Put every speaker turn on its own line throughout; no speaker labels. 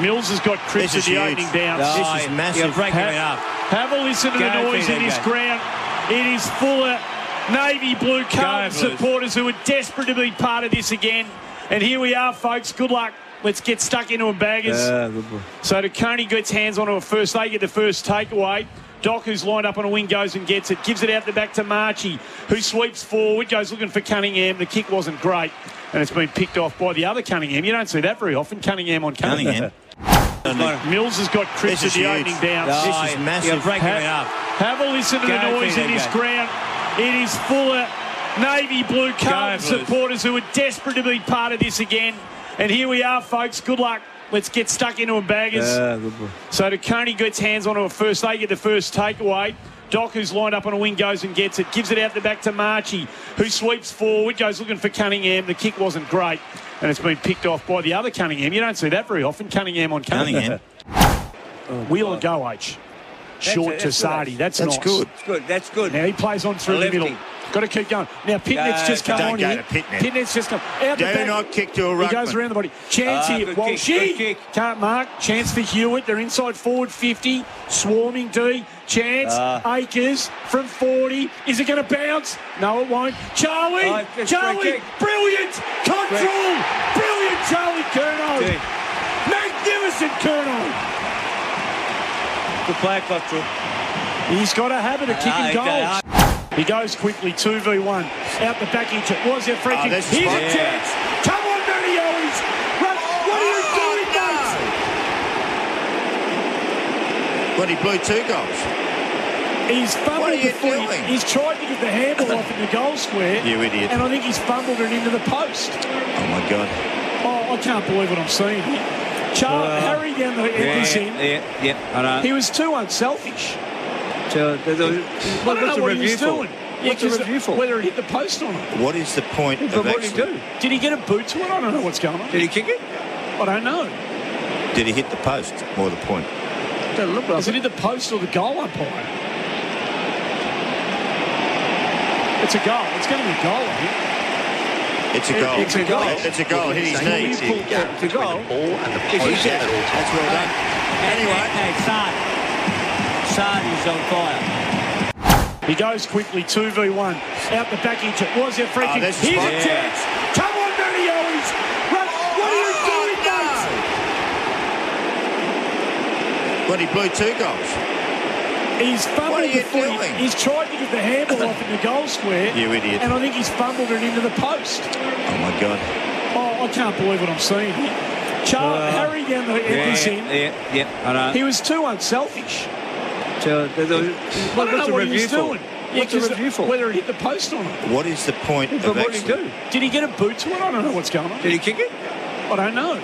Mills has got Chris at
This is
the
huge.
opening bounce.
This is You're massive. breaking it up.
Have a listen to the
Go,
noise in
Peter,
this
go.
ground. It is full of navy blue Carlton
Blues.
supporters who are desperate to be part of this again. And here we are, folks. Good luck. Let's get stuck into them baggers.
Uh,
So to Coney gets hands onto a first. They get the first takeaway. Doc, who's lined up on a wing, goes and gets it. Gives it out the back to Marchie, who sweeps forward, goes looking for Cunningham. The kick wasn't great, and it's been picked off by the other Cunningham. You don't see that very often. Cunningham on Cunningham.
Cunningham.
Mills has got Chris at
This is
the
huge.
opening bounce.
This is You're massive. breaking
have,
it up.
Have a listen to
Go,
the noise
Peter,
in this
go.
ground. It is full of navy blue Carlton
Blues.
supporters who are desperate to be part of this again. And here we are, folks. Good luck. Let's get stuck into them baggers. So to Coney gets hands onto a first. They get the first takeaway. Doc, who's lined up on a wing, goes and gets it. Gives it out the back to Marchie, who sweeps forward, goes looking for Cunningham. The kick wasn't great, and it's been picked off by the other Cunningham. You don't see that very often. Cunningham on Cunningham.
Cunningham.
Wheel and go, H. Short
That's-
to
that's
Sardi.
nice.
That's,
That's
nice.
good.
That's good. That's good.
Now he plays on through
A
the
lefty.
middle. Got to keep going. Now Pitnet's
No,
just come
don't
on
go
here.
to Pitnett.
Pitnet's just come. Out the
Do
back.
not kick to a
He goes
ruckman.
around the body. Chance
Ah,
here.
good
Well,
kick, good
she
kick.
can't mark. Chance for Hewitt. They're inside forward 50. Swarming D. Chance.
Ah.
Akers from 40. Is it going to bounce? No, it won't. Charlie.
Oh, it's a
Charlie.
great kick.
Brilliant. Control. Brilliant, Charlie Kerno.
Gee.
Magnificent Kerno.
Good play, Cottrell.
He's got a habit of
Ah,
kicking
okay,
goals. He goes quickly, 2v1. Out the back inch. It was a free
Oh,
kick.
that's
Here's
fine.
a chance. Come on, Matty Owens. Run. What are you
Oh, Ah,
doing, mate?
Bloody blew two goals.
He's
What are
fumbled
you
the footy.
doing?
He's tried to get the handball off in the goal square.
You idiot.
And I think he's fumbled it into the post.
Oh my God.
Oh, I can't believe what I'm seeing. Char-
Well, uh,
Harry down the end this end.
yeah, yeah. I know.
He was too unselfish.
So, there- there was-
I don't
what's
know
the
what he
review
was
for?
doing. Yeah,
What's the
'cause
review for?
Whether it hit the post or not.
What is the point
But
of
what did he
actually?
do?
Did he get a boot to it? I don't know what's going on.
Did he kick it?
I don't know.
Did he hit the post? More the point.
Don't look like
Is it in the post or the goal umpire? It's a goal. It's going to be a goal, I think.
It's a goal.
It's a goal.
It's a goal. Hit his
Well,
knee.
you pulled out the goal.
He's out. That's well done. Anyway.
Hey, Sard. Sard is on fire.
He goes quickly, 2v1. Out the back inch. It was a free
Oh,
kick.
that's
Here's
fine.
a chance. Come on, Matty Owens. Run. What are you doing, mate?
Oh, Bloody blew two goals.
He's
What are
fumbled
you
the footy.
doing?
He's tried to get the handball off in the goal square.
You idiot.
And I think he's fumbled it into the post.
Oh my God.
Oh, I can't believe what I'm seeing. Char-
Well,
Harry down the end this end.
yeah, yeah. I know.
He was too unselfish.
So, there- there was-
I
what
don't
was
know
the
what he
review
was
for?
doing. Yeah,
What's the
'cause
review for?
Whether it hit the post or not.
What is the point
But
of
what did he
actually?
do?
Did he get a boot to it? I don't know what's going on.
Did he kick it?
I don't know.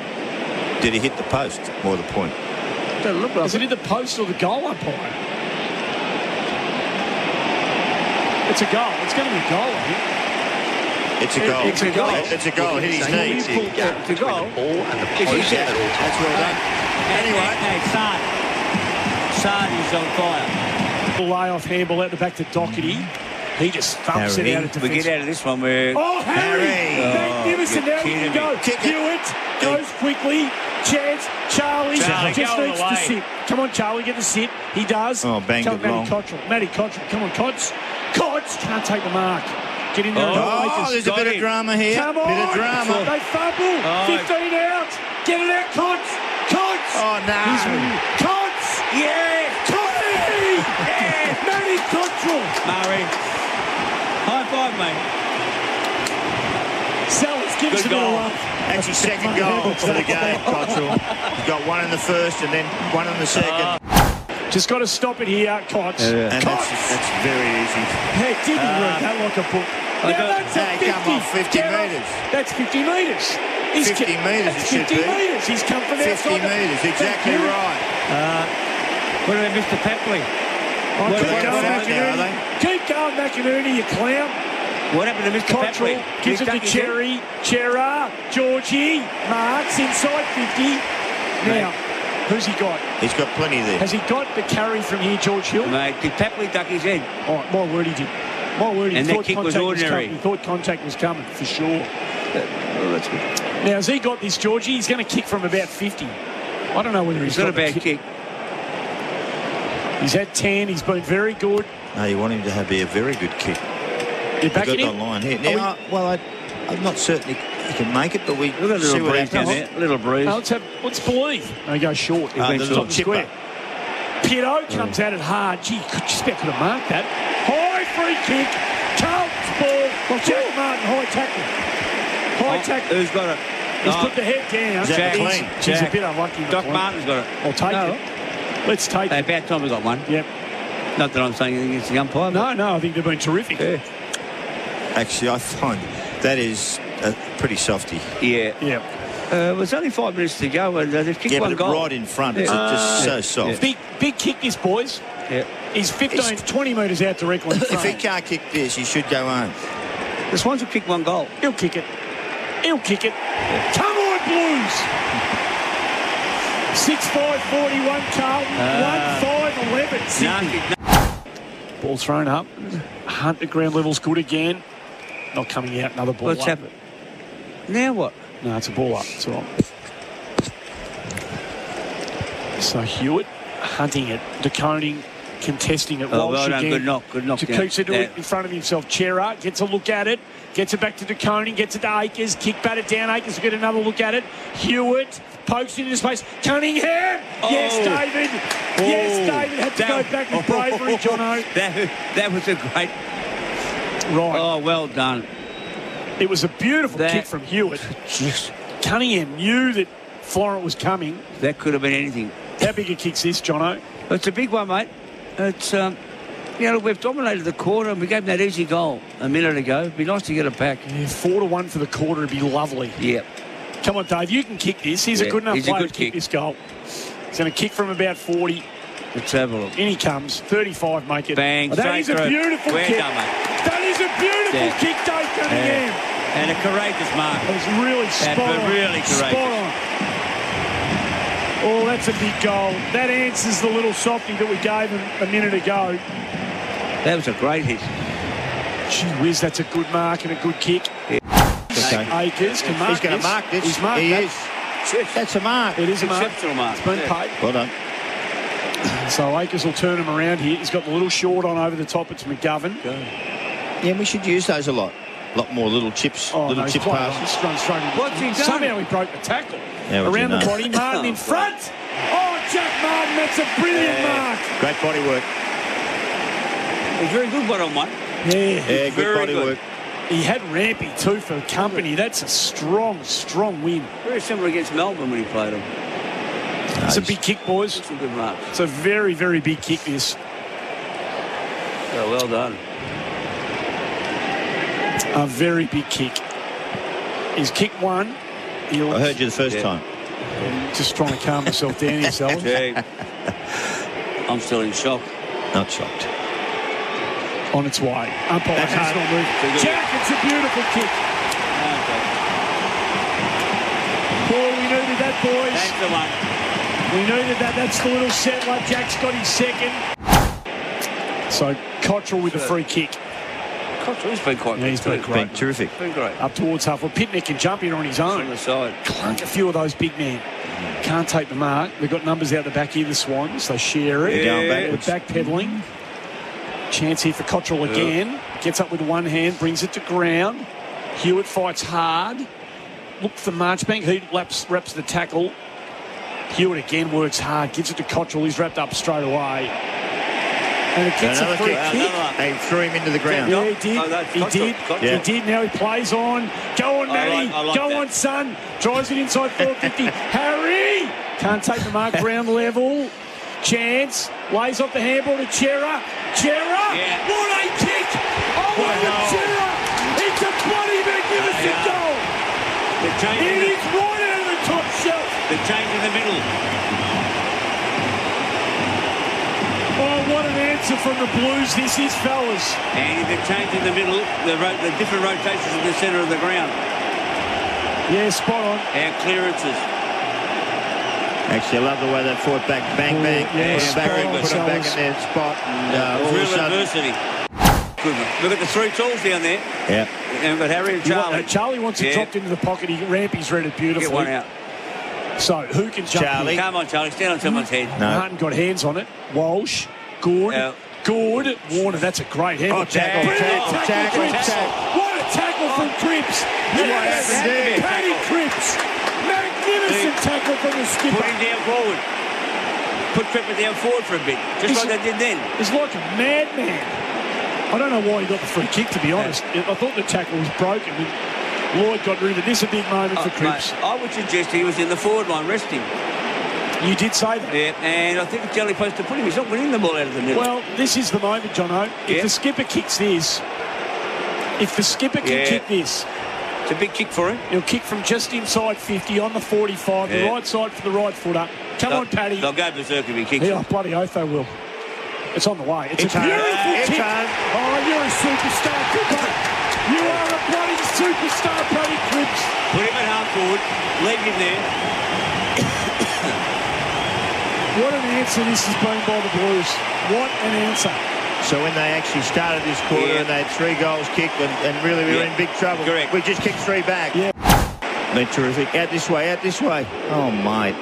Did he hit the post? More the point.
Don't look like
Is it in the post or the goal umpire? It's a goal. It's going to be a goal. I think.
It's a goal.
It's a goal.
It's a goal. Hit his
Well,
knee.
you pulled out the goal.
He's out. That's well done. Anyway.
Hey, Sard. Sard is on fire.
The layoff handball out the back to Doherty. He just thumps it out of
we
defence.
get out of this one. We're
Oh, Harry!
Harry.
Oh,
Magnificent.
you're
now we
kidding
can go.
me.
Kick it.
Hewitt goes quickly. Chance. Charlie,
Charlie,
just
go
needs
away.
to sit. Come on, Charlie, get the sit. He does.
Oh, banged
Come
it
Matty
long.
Cottrell. Matty Cottrell. Come on, Cots. Cots can't take the mark. Get in there. and help
Oh,
Lakers.
there's a
got
bit of
him.
drama here.
Come on!
Bit of drama.
They fumble.
Oh.
15 out. Get it out, Cots. Cots.
Oh, no.
He's winning. Cots.
Yeah!
Tony. Matty Cottrell.
Murray. High five, mate.
Sellers, give us a
Good
bit of
goal.
love.
That's his second goal for the game, Cottrell. He's got one in the first and then one in the
Uh,
second.
Just got to stop it here, Cots.
And that's,
Cots.
that's very easy.
Hey, didn't work that like a book. Now
got-
that's a
Hey, come on, 50
Get off.
metres.
That's 50 metres. He's
50
ca-
metres it
That's
should
50
be.
metres. He's come from
50
outside. the-
metres, exactly
Thank you.
right.
What about Mr. Papley?
Oh,
What
keep,
about
going,
that
now,
McInerney. keep going, McInerney, you clown.
What happened to Mr.
Cottrell
Papley? He's
gives it to
ducking
Cherry. Chera, Georgie, Marks inside 50. Now, who's he got?
He's got plenty there.
Has he got the carry from here, George Hill?
his head. Mate, did Papley duck his head?
Oh, my word, he did. My word, he
And that
thought
kick was
contact
ordinary.
coming. He thought contact was coming, for sure.
Oh, that's good.
Now, has he got this, Georgie? He's going to kick from about 50. I don't know whether
It's
he's
not a
got the
bad kick.
He's had 10. He's been very good.
No, you want him to have a very good kick.
You're
We've got
backing
the
him.
line here.
Are we-
Now, I, well, I, I'm not certain he, he can make it, but we
Look at that
see
little
what
breeze down
happens.
there. Little breeze.
No, let's, have, let's believe. No, he goes short.
Ah,
been
the
short.
little
Top of the
chipper.
square. Pieto comes at it hard. Gee, could just about could have marked that. High free kick. Carlton's ball. Jack Martin, high tackle. High
Oh,
tackle.
Who's got it?
He's
Oh,
put the head down.
Jack
He's-
Clean.
He's,
Jack.
a bit unlucky. in the
Doc
point.
Martin's got it.
I'll take
No.
it. Let's take
Hey,
it.
about time we got one.
Yep.
Not that I'm saying anything against the umpire. but-
No, no, I think they've been terrific.
Yeah.
Actually, I find that is uh, pretty softy.
Yeah.
Yeah.
Uh, it's only five minutes to go, and uh, they've kicked
Yeah,
one
but
goal.
right in front, it's
Yeah.
just
Uh,
Yeah.
so soft.
Big, big kick this, boys.
Yeah.
He's 15,
It's-
20 metres out directly in
If he
front.
can't kick this, he should go home.
The Swans will kick one goal.
He'll kick it. He'll kick it. Come on, Blues! 6-5-41 Carlton,
Ah.
1-5-11 Sydney. Ball thrown up. Hunt at ground level's good again. Not coming out, another ball
What's
up.
happened? Now what?
No, it's a ball up. It's all right. So Hewitt hunting it, deconing, contesting it.
Oh,
Walsh
well done.
again.
Good knock. Good knock.
To
down.
keeps it
Yeah.
in front of himself. Chera gets a look at it, gets it back to DeConing, gets it to Akers, kick bat it down. Akers will get another look at it. Hewitt pokes it into space. Cunningham! Yes,
Oh.
David! Yes, David had to
Down.
go back with bravery, Jono.
That, that was a great.
Right.
Oh, well done.
It was a beautiful
That-
kick from Hewitt. Cunningham knew that Florent was coming.
That could have been anything.
How big a kick's this, Jono?
It's a big one, mate. It's um, you know we've dominated the quarter and we gave them that easy goal a minute ago. It'd be nice to get it back.
Yeah, four to one for the quarter would be lovely.
Yeah.
Come on, Dave, you can kick this. He's a
Yeah,
good enough
he's a
player
good
to kick,
kick.
this goal. He's going to kick from about 40.
Let's have a look.
In he comes. 35, make it.
Bang.
Oh, that
straight
is a
through.
beautiful
Well
kick.
done, mate.
That is a beautiful
Yeah.
kick, Dave Cunningham.
Yeah. And a courageous mark.
That was really spot
was
on.
really courageous.
Spot on. Oh, that's a big goal. That answers the little softy that we gave him a minute ago.
That was a great hit.
Gee whiz, that's a good mark and a good kick.
Okay.
Akers can mark
He's going to
this.
mark this.
He's marked
he
that.
is. That's a mark.
It is a mark.
Exceptional mark.
It's been
Yeah.
paid.
Well done.
So Akers will turn him around here. He's got the little short on over the top. It's McGovern.
Yeah, we should use those a lot. A lot more little chips,
Oh,
little
no, he's
chip
played on.
passes.
He's gone straight in.
What's he done?
Somehow he broke the tackle.
Yeah, what do you
around the
know?
body. Martin in front. Oh, Jack Martin, that's a brilliant mark.
Great body work.
A very good one on one.
Yeah.
Yeah, good
Very
body
good.
work.
He had Rampy too for company. That's a strong, strong win.
Very similar against Melbourne when he played them.
It's a big kick, boys.
Some good marks.
It's a very, very big kick, this.
Oh, well done.
A very big kick. He's kicked one. He'll
I heard you the first
Yeah.
time.
just trying to calm himself down himself.
Gee. I'm still in shock.
Not shocked.
on its way. Umpire
That's
has
hard.
not moved.
Big
Jack, it's a beautiful kick. Boy, we needed that, boys.
That's the one.
We needed that. That's the little settler. Jack's got his second. So Cottrell with a free kick
Cottrell's been quite
Yeah,
good.
he's
too.
been
Been terrific.
Been great.
up towards half. Well, Pitnick can jump here on his
On
own.
the side.
Clunk a few of those big men. Can't take the mark. They've got numbers out the back here, the Swans. They share it.
They're going
They're
backwards.
backpedaling. Chance here for Cottrell again. Gets up with one hand, brings it to ground. Hewitt fights hard. Look for Marchbank. He laps, wraps the tackle. Hewitt again works hard. Gives it to Cottrell. He's wrapped up straight away. And it gets
Another
a free
kick.
kick.
Another one.
They threw him into the ground.
Yeah, he
Oh,
did.
that's
He
Cottrell.
did.
Cottrell.
He did. Now he plays on. Go on,
I
Matty.
like- I like
Go
that.
on, son. Drives it inside 450. Harry can't take the mark. Ground level. Chance lays off the handball to Chera. Chera.
Yeah.
What a kick! Oh,
Wow.
wow. Chera. It's a bloody magnificent
Yeah.
goal.
They're changing
It
the-
is
change in the middle.
Oh, what an answer from the Blues this is, fellas.
And they've changed in the middle, the, ro- the different rotations in the centre of the ground.
Yeah, spot on.
Our clearances.
Actually, I love the way they fought back. Bang, bang.
yeah,
put 'em back,
spot on,
put 'em back
fellas.
in their spot. And uh, all of
Real
a sudden...
adversity. Good one. Look at the three tools down there.
Yeah.
And but Harry and
You
Charlie.
want- uh, Charlie wants it
Yeah.
dropped into the pocket. He Rampy's read it
Get one
beautifully.
out.
So who can jump?
Charlie.
Come on, Charlie. Stand on someone's head.
No.
Martin got hands on it. Walsh, Good,
Yeah.
Good, Warner. That's a great handle.
Oh, tackle,
Brilliant
tackle, tackle,
Cripps.
tackle.
What a tackle from Cripps. Yes,
happened there.
Paddy Cripps. Magnificent tackle from the
Put
skipper.
him down forward. Put Tripper down forward for a bit. Just
Is
like they did then.
He's like a madman. I don't know why he got the free kick, to be honest. I thought the tackle was broken. Lloyd got rid of it. This is a big moment for
Oh,
Cripps.
mate, I would suggest he was in the forward line resting.
You did say that.
Yeah, and I think Jelly supposed to put him. He's not winning the ball out of the middle.
Well, this is the moment, Jono. If
Yeah.
the skipper kicks this, if the skipper can
Yeah.
kick this,
it's a big kick for him.
he'll kick from just inside 50 on the 45, the
Yeah.
right side for the right footer. Come on, Paddy.
They'll go berserk if he kicks
Yeah,
it.
bloody oath they will. It's on the way. It's,
It's
a
on.
beautiful
It's
kick.
on.
Oh, you're a superstar. Good one. You are a bloody superstar, Paddy Cripps.
Put him at half forward. Leave him there.
What an answer this has been by the Blues. What an answer.
So when they actually started this quarter
Yeah.
and they had three goals kicked and, and really we were
Yeah.
in big trouble.
Correct.
We just kicked three back.
Yeah.
They're terrific. Out this way, out this way. Oh, mate.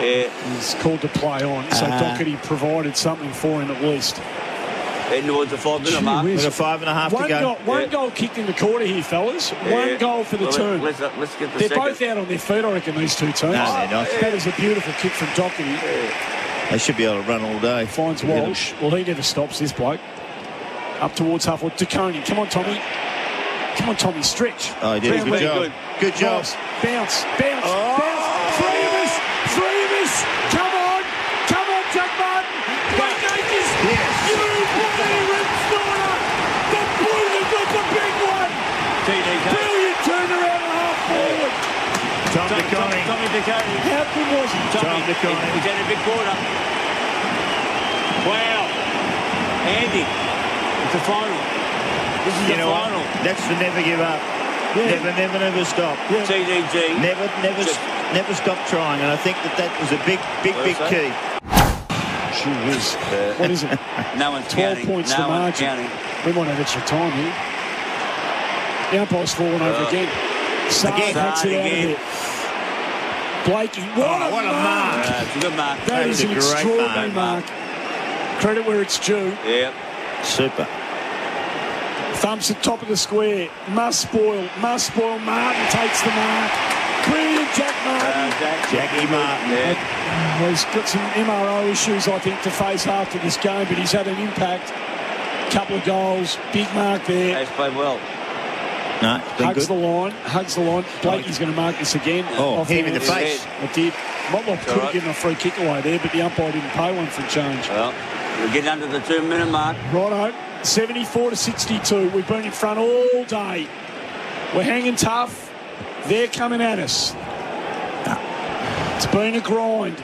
Yeah,
He's called to play on, so
Uh-huh.
Doherty provided something for him at least.
heading towards the five minute
Gee
mark.
whiz.
We've got five and a half
One,
to go.
goal, one
Yeah.
goal kicked in the quarter here, fellas.
Yeah.
One goal for the
Well,
team.
Let's, let's get the
they're
second.
both out on their feet, I reckon, these two teams.
they're not.
That is a beautiful kick from Doherty.
They should be able to run all day.
Finds
Look at
Walsh. Well, he never stops, this bloke. Up towards Hufford. DeConey. Come on, Tommy. Come on, Tommy. Stretch.
Oh, he did a
Round
good
leg.
job. Good, job. Oh.
Nice. Bounce. Bounce. Bounce. Three of us. Three of us. Come on. Come on, Jack Martin. Don't take this.
Yes.
You bloody red snorter. The Blues have got the big one.
TDK.
Brilliant turnaround and a half forward.
Tom
Tommy, Tommy,
DeConning.
Tommy DeConey.
How good was he?
Tommy,
Tom DeConey.
He's had a big quarter. Wow. Andy, it's the final. This is the
You know what?
final.
That's the never give up.
Yeah.
Never, never, never stop.
Yeah.
TDG.
Never, never,
Just-
never stop trying. And I think that that was a big, big,
What
big
was
key.
that?
Gee whiz. What is it?
No one's
12
counting.
points
no
the
one's
margin.
counting.
We might have extra time here. The umpire's fallen
Oh.
over again. Sard
Again.
knocks it
Sard
out of
again.
there. Blakey, what,
Oh,
a,
what a
mark.
mark.
Uh, it's a good mark.
That
That's
is
a
an
great
extraordinary mark.
mark.
Credit where it's due.
Yeah.
Super.
Thumps at top of the square. Must spoil. Must spoil. Martin takes the mark. Brilliant, Jack
Uh,
Martin.
Jack-
Jackie Martin.
Yeah.
Well, he's got some MRO issues, I think, to face after this game, but he's had an impact. Couple of goals. Big mark there.
He's played well.
No, it's been
Hugs
good.
the line, hugs the line. Blakey's going to mark this again.
Oh,
Off
hit him in the
hands.
face.
It did. Motlop could have
right.
given a free kick away there, but the umpire didn't pay one for a change.
Well, we're getting under the two minute mark.
Righto, 74 to 62. We've been in front all day. We're hanging tough. They're coming at us. It's been a grind.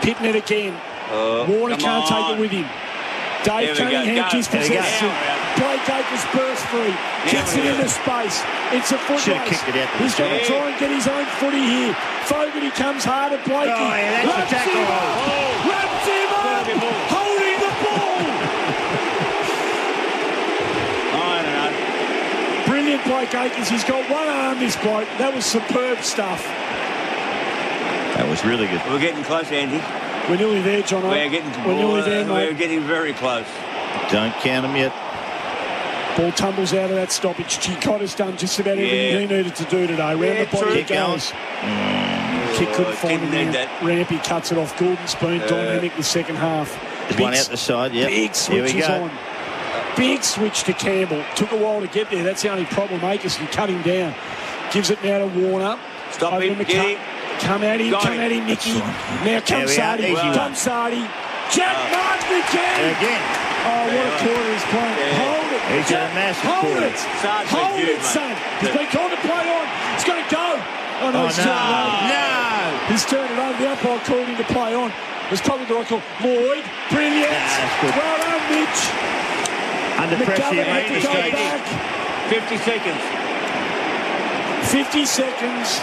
Pitting it again. Warner
come
can't
on.
take it with him. Dave
There we go.
Cunningham
Go.
keeps
There we
go.
possession. Blake Acres bursts free. Kicks
we
it
go.
into space. It's a foot
Should've
race.
kicked it out to the
He's going to
side.
try and get his own footy here. Fogarty comes hard at Blakey.
Oh, yeah, that's a
Wraps
tackle.
him up. Wraps him up.
Bloody ball.
Holding the ball.
Oh, I don't know.
Brilliant Blake Akers. He's got one arm, this bloke. That was superb stuff.
That was really good.
We're getting close, Andy.
We're nearly there, John.
We're getting
We're nearly
uh,
there,
We're
mate.
getting very close.
Don't count them yet.
Ball tumbles out of that stoppage. Chicotta's done just about everything
Yeah.
he needed to do today. Round
Yeah,
the body it
Keep going.
goes. Kick couldn't
Oh,
find
didn't
him.
need
out.
that.
Rampy cuts it off. Gordon's been dynamic the second half.
There's
Big
one out
s-
the side. Yep.
Big
Here we
switch is
go.
on. Big switch to Campbell. Took a while to get there. That's the only problem. Akers can cut him down. Gives it now to Warner.
Stop
Open
him,
to
get
Cum-
him.
Come at him,
Got
come
him.
at him, Nicky. Now
There
come
we are,
Sardi.
easy Uh,
one.
Come Sardi. Jack Martin
And
again.
again.
Oh, what a quarter he's playing.
Yeah.
Hold it.
He's
Jack,
had a massive
Hold
quarter.
it.
Sarge's
Hold
huge,
it,
mate.
son. He's been called to play on. It's going to go. Oh, no,
Oh,
it's
no.
turned over.
No.
He's turned it over. The umpire called him to play on. It was probably the right call. Lloyd, brilliant.
that's good.
well done, Mitch.
Under pressure, you
McGovern
made
had to go
mistakes.
back.
50 seconds.
50 seconds.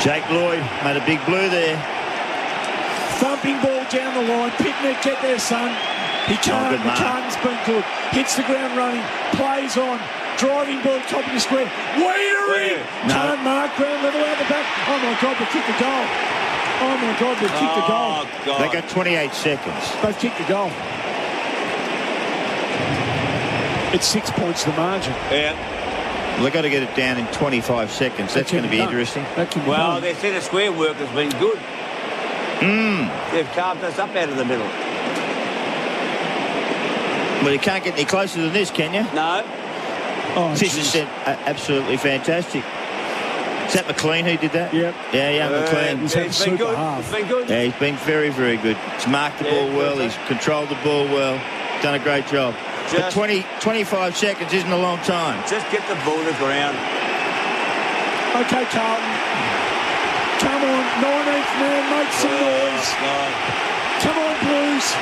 Jake Lloyd made a big blue there.
Thumping ball down the line. Pitnick, get there, son. He
Oh,
can't.
good mark.
McCartan's been good. Hits the ground running. Plays on. Driving ball, top of the square. Weedering!
No.
Can't mark. Ground level out the back. Oh, my God, they kicked the goal. Oh, my God, they kicked the goal.
Oh, God.
They got 28 seconds.
They've kicked the goal. It's six points the margin.
Yeah.
They've got to get it down in 25 seconds. That's
That can
going to be
done.
interesting.
That can be
Well,
done.
their centre square work has been good.
Hmm.
They've carved us up out of the middle.
Well, you can't get any closer than this, can you?
No.
Oh,
This is
geez.
uh, absolutely fantastic. Is that McLean who did that?
Yep.
Yeah, yeah, McLean.
Uh, it's
had a
been
super
good.
half.
It's been good.
Yeah, he's been very, very good. He's marked the
Yeah,
ball
good
well.
mate.
He's controlled the ball well. Done a great job. but
Just-
20, 25 seconds isn't a long time.
Just get the ball to ground.
Okay, Carlton. Come on, 19th man, make some
Oh,
noise.
God.
Come on, Blues.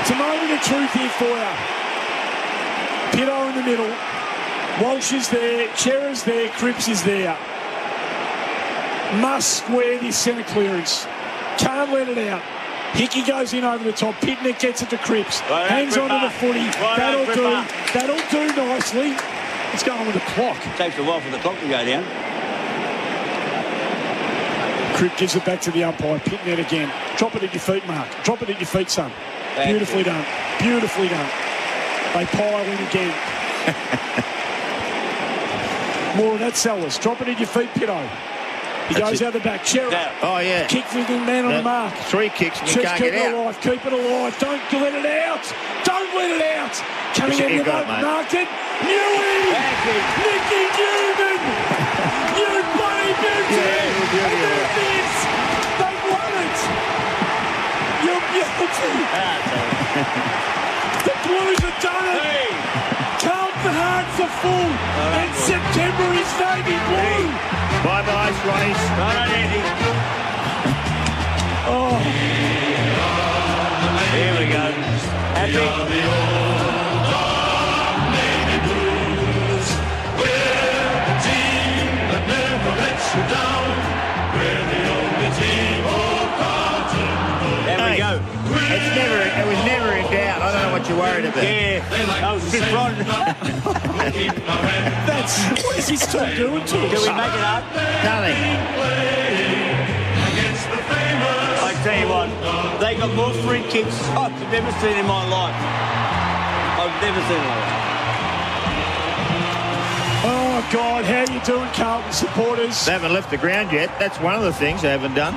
It's a moment of truth here for you. Pitto in the middle. Walsh is there. Chera's there. Cripps is there. Must square this centre clearance. Can't let it out. Hickey goes in over the top. Pitnick gets it to Cripps.
Right,
hangs on to
Cripper.
the footy.
Right,
That'll
Cripper.
do. That'll do nicely. It's going with the clock.
Takes a while for the clock to go down.
Cripp gives it back to the umpire. Pitnet again. Drop it at your feet, Mark. Drop it at your feet, son.
Thank
Beautifully
you.
done. Beautifully done. They pile in again. More of that, Sellers. Drop it at your feet, Pitto. He
That's
goes
it.
out the back. Cherry.
Now,
Oh, yeah.
Kick for the man on the
That-
mark.
Three kicks and you
Just
can't
keep
get
it
out.
alive. Keep it alive. Don't let it out. Don't let it out. Coming
You
out of the
got it, mate.
market. Newey! Nicky Newman! you bloody beauty!
Yeah, you're a beauty,
And there
yeah.
it is! They've won it! You're beauty! the Blues have done it! Carlton Hearts are full!
Oh,
and September is navy blue!
Bye bye, Ronnie.
All right, Andy.
Oh,
Here we go. Happy. There we go.
It's never, it was never in doubt. I don't know what you're worried about.
Yeah, Oh, that was Chris Rodden.
that's what is this team doing to
Can
us?
we make it up?
Nothing.
I tell you what, they got more free kicks shots I've ever seen in my life. I've never seen it like that.
Oh God, how you doing, Carlton supporters?
They haven't left the ground yet. That's one of the things they haven't done.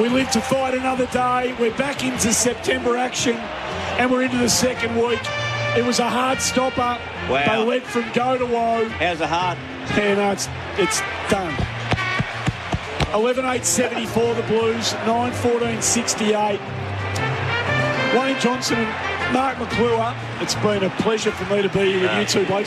We live to fight another day. We're back into September action and we're into the second week. It was a hard stopper.
Wow.
They went from go to woe.
How's the heart?
And uh, it's, it's done. 11 8 74, the Blues. 9 14 68. Wayne Johnson and Mark McClure. It's been a pleasure for me to be here with you two blokes.